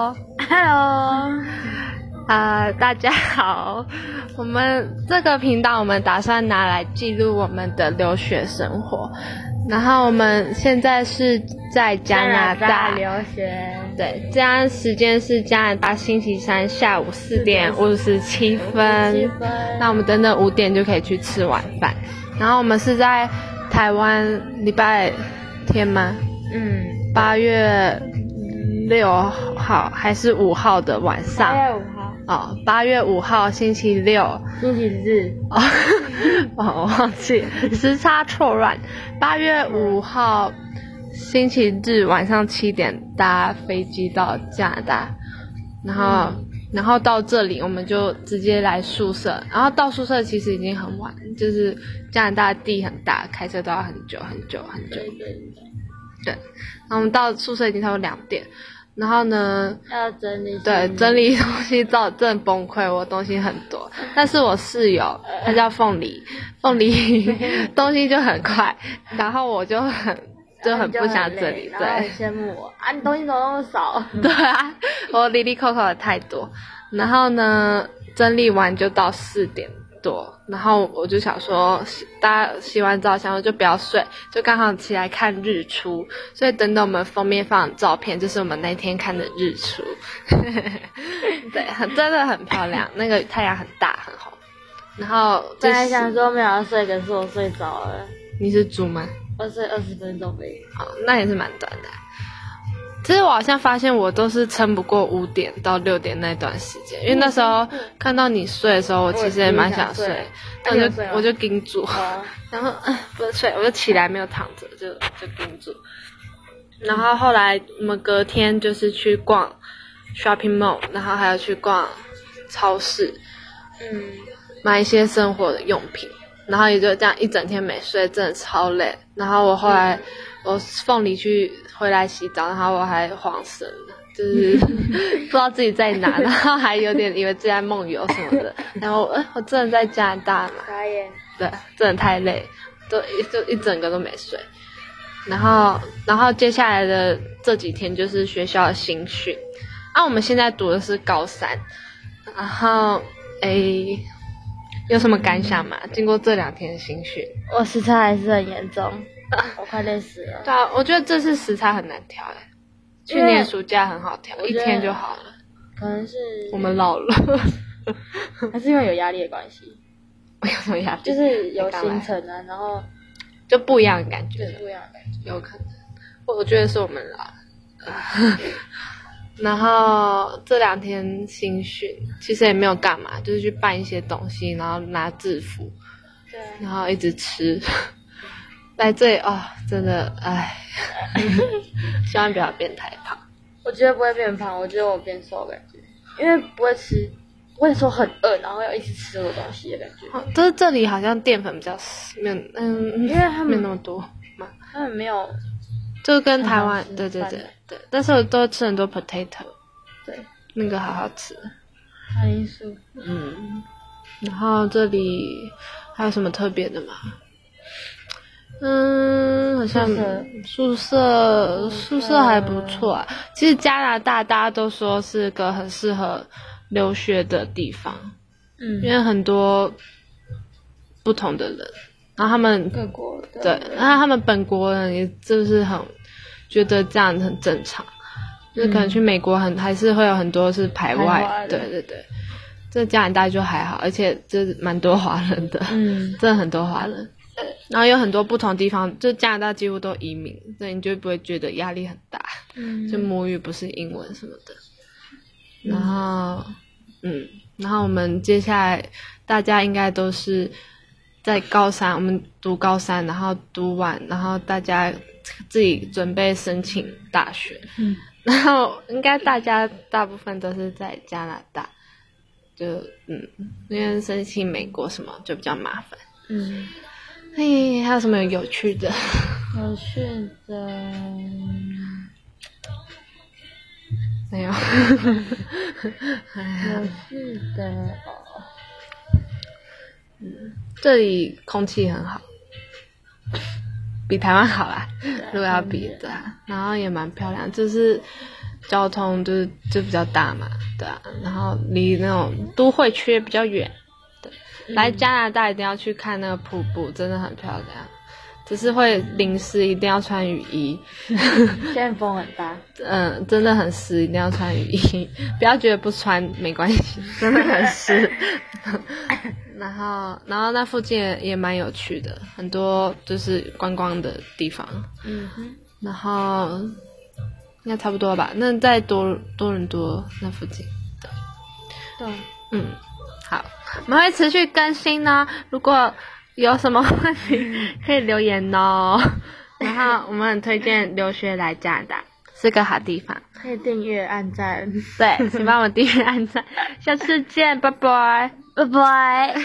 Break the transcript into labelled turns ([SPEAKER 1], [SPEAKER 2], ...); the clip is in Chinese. [SPEAKER 1] Hello，Hello，啊、大家好。我们这个频道，我们打算拿来记录我们的留学生活。然后我们现在是在加拿大，
[SPEAKER 2] 留学，
[SPEAKER 1] 对，这样时间是加拿大星期三下午四点五十七分。那我们等等五点就可以去吃晚饭。然后我们是在台湾礼拜天吗？
[SPEAKER 2] 嗯，
[SPEAKER 1] 八月六号还是五号的晚
[SPEAKER 2] 八
[SPEAKER 1] 上？
[SPEAKER 2] 月五号，
[SPEAKER 1] 哦，八月五号星期六。
[SPEAKER 2] 星期日，
[SPEAKER 1] 哦， 哦我忘记了时差错乱。八月五号星期日晚上七点搭飞机到加拿大，然后、然后到这里我们就直接来宿舍，然后到宿舍其实已经很晚，就是加拿大地很大，开车都要很久很久很久。对，然后我们到宿舍已经差不多两点，然后呢，
[SPEAKER 2] 要整理，
[SPEAKER 1] 对，整，理东西到正崩溃，我东西很 多，但是我室友她叫凤梨，凤梨 东西就很快，然后我就很就很不想整理，
[SPEAKER 2] 然后
[SPEAKER 1] 对
[SPEAKER 2] 很羡慕我啊，你东西怎么那么 少？
[SPEAKER 1] 对啊，我里里扣扣的太多，然后呢，整理完就到四点多，然后我就想说，洗大家洗完澡想说就不要睡，就刚好起来看日出，所以等等我们封面放的照片就是我们那天看的日出， 对，很真的很漂亮，那个太阳很大很红，然后就
[SPEAKER 2] 本来
[SPEAKER 1] 是
[SPEAKER 2] 想说没有要睡，可是我睡着了，
[SPEAKER 1] 你是猪吗？
[SPEAKER 2] 我睡二十分钟没。
[SPEAKER 1] 哦，那也是蛮短的。其实我好像发现我都是撑不过五点到六点那段时间，因为那时候看到你睡的时候，我其实也蛮想睡
[SPEAKER 2] 我也，
[SPEAKER 1] 但嗯我
[SPEAKER 2] 挺想睡那你有
[SPEAKER 1] 就
[SPEAKER 2] 睡吗
[SPEAKER 1] 我就盯住，
[SPEAKER 2] 哦，
[SPEAKER 1] 然后呃不是睡，我就起来没有躺着，就就盯住。然后后来我们隔天就是去逛 shopping mall，然后还要去逛超市
[SPEAKER 2] 嗯，
[SPEAKER 1] 买一些生活的用品，然后也就这样一整天没睡，真的超累。然后我后来、我凤梨去回来洗澡，然后我还晃神了。就是不知道自己在哪，然后还有点以为自己在梦游什么的，然后哎、我真的在加拿大嘛，
[SPEAKER 2] 傻眼，
[SPEAKER 1] 对，真的太累，都一就一整个都没睡。然后，然后接下来的这几天就是学校的新训。啊，我们现在读的是高三，然后诶，有什么感想吗？经过这两天的新训，
[SPEAKER 2] 我时差还是很严重， 我快累死了。
[SPEAKER 1] 对啊，我觉得这次时差很难调诶。去
[SPEAKER 2] 因为
[SPEAKER 1] 年暑假很好调，
[SPEAKER 2] 我
[SPEAKER 1] 一
[SPEAKER 2] 觉得
[SPEAKER 1] 天就好了。
[SPEAKER 2] 可能是
[SPEAKER 1] 我们老了，
[SPEAKER 2] 还是因为有压力的关系，
[SPEAKER 1] 我有什么压力？
[SPEAKER 2] 就是有
[SPEAKER 1] 刚来
[SPEAKER 2] 行程啊，然后
[SPEAKER 1] 就不一样的感觉
[SPEAKER 2] 就是。不一样的感觉。
[SPEAKER 1] 有可能，我我觉得是我们啦。 然后这两天新训，其实也没有干嘛，就是去办一些东西，然后拿制服，
[SPEAKER 2] 对啊，
[SPEAKER 1] 然后一直吃。 来这里哦，真的唉， 希望不要变太胖。
[SPEAKER 2] 我觉得不会变胖，我觉得我变瘦的感觉，因为不会吃，不会说很饿，然后要一直吃这种东西的感觉。
[SPEAKER 1] 哦就是这里好像淀粉比较少没有，嗯，
[SPEAKER 2] 因为他
[SPEAKER 1] 没有
[SPEAKER 2] 们
[SPEAKER 1] 那么多嘛，
[SPEAKER 2] 他们没有
[SPEAKER 1] 就跟台湾
[SPEAKER 2] 很好吃
[SPEAKER 1] 对对对
[SPEAKER 2] 饭的
[SPEAKER 1] 对，但是我都吃很多 potato，
[SPEAKER 2] 对
[SPEAKER 1] 那个好好吃。
[SPEAKER 2] 抗因素，
[SPEAKER 1] 嗯，然后这里还有什么特别的吗？嗯，好像宿舍宿
[SPEAKER 2] 宿舍
[SPEAKER 1] 舍还不错啊。其实加拿大大家都说是个很适合留学的地方，
[SPEAKER 2] 嗯
[SPEAKER 1] 因为很多不同的人，然后他们
[SPEAKER 2] 各国的
[SPEAKER 1] 对，然后他们本国人也就是很觉得这样很正常，就是可能去美国很还是会有很多是排外，
[SPEAKER 2] 排外
[SPEAKER 1] 对
[SPEAKER 2] 的
[SPEAKER 1] 对对。这加拿大就还好，而且就是蛮多华人的，
[SPEAKER 2] 嗯，
[SPEAKER 1] 真的很多华人。然后有很多不同地方，就加拿大几乎都移民，所以你就不会觉得压力很大，
[SPEAKER 2] 嗯
[SPEAKER 1] 就母语不是英文什么的。然后，嗯，然后我们接下来大家应该都是在高三，我们读高三，然后读完，然后大家自己准备申请大学。
[SPEAKER 2] 嗯，
[SPEAKER 1] 然后应该大家大部分都是在加拿大，就嗯，因为申请美国什么就比较麻烦。
[SPEAKER 2] 嗯，
[SPEAKER 1] 嘿，还有什么有趣的？
[SPEAKER 2] 有趣的，
[SPEAKER 1] 没有。
[SPEAKER 2] 有趣的哦，
[SPEAKER 1] 这里空气很好，比台湾好啦，如果要
[SPEAKER 2] 嗯
[SPEAKER 1] 比的、然后也蛮漂亮，就是交通就是就比较大嘛，对啊，然后离那种都会区也比较远，对，来加拿大一定要去看那个瀑布，真的很漂亮，只是会淋湿，一定要穿雨衣，
[SPEAKER 2] 现在风很大，
[SPEAKER 1] 嗯，真的很湿，一定要穿雨衣， 不要觉得不穿没关系，真的很湿。 然后，然后那附近也也蛮有趣的，很多就是观光的地方。
[SPEAKER 2] 嗯哼，
[SPEAKER 1] 然后应该差不多吧，那在多多伦多那附近。
[SPEAKER 2] 对，
[SPEAKER 1] 嗯，好，我们会持续更新呢。如果有什么问题可以留言哦。然后我们很推荐留学来加拿大，是个好地方。
[SPEAKER 2] 可以订阅、按赞，
[SPEAKER 1] 对，请帮我订阅、按赞，下次见，拜拜。
[SPEAKER 2] 拜拜。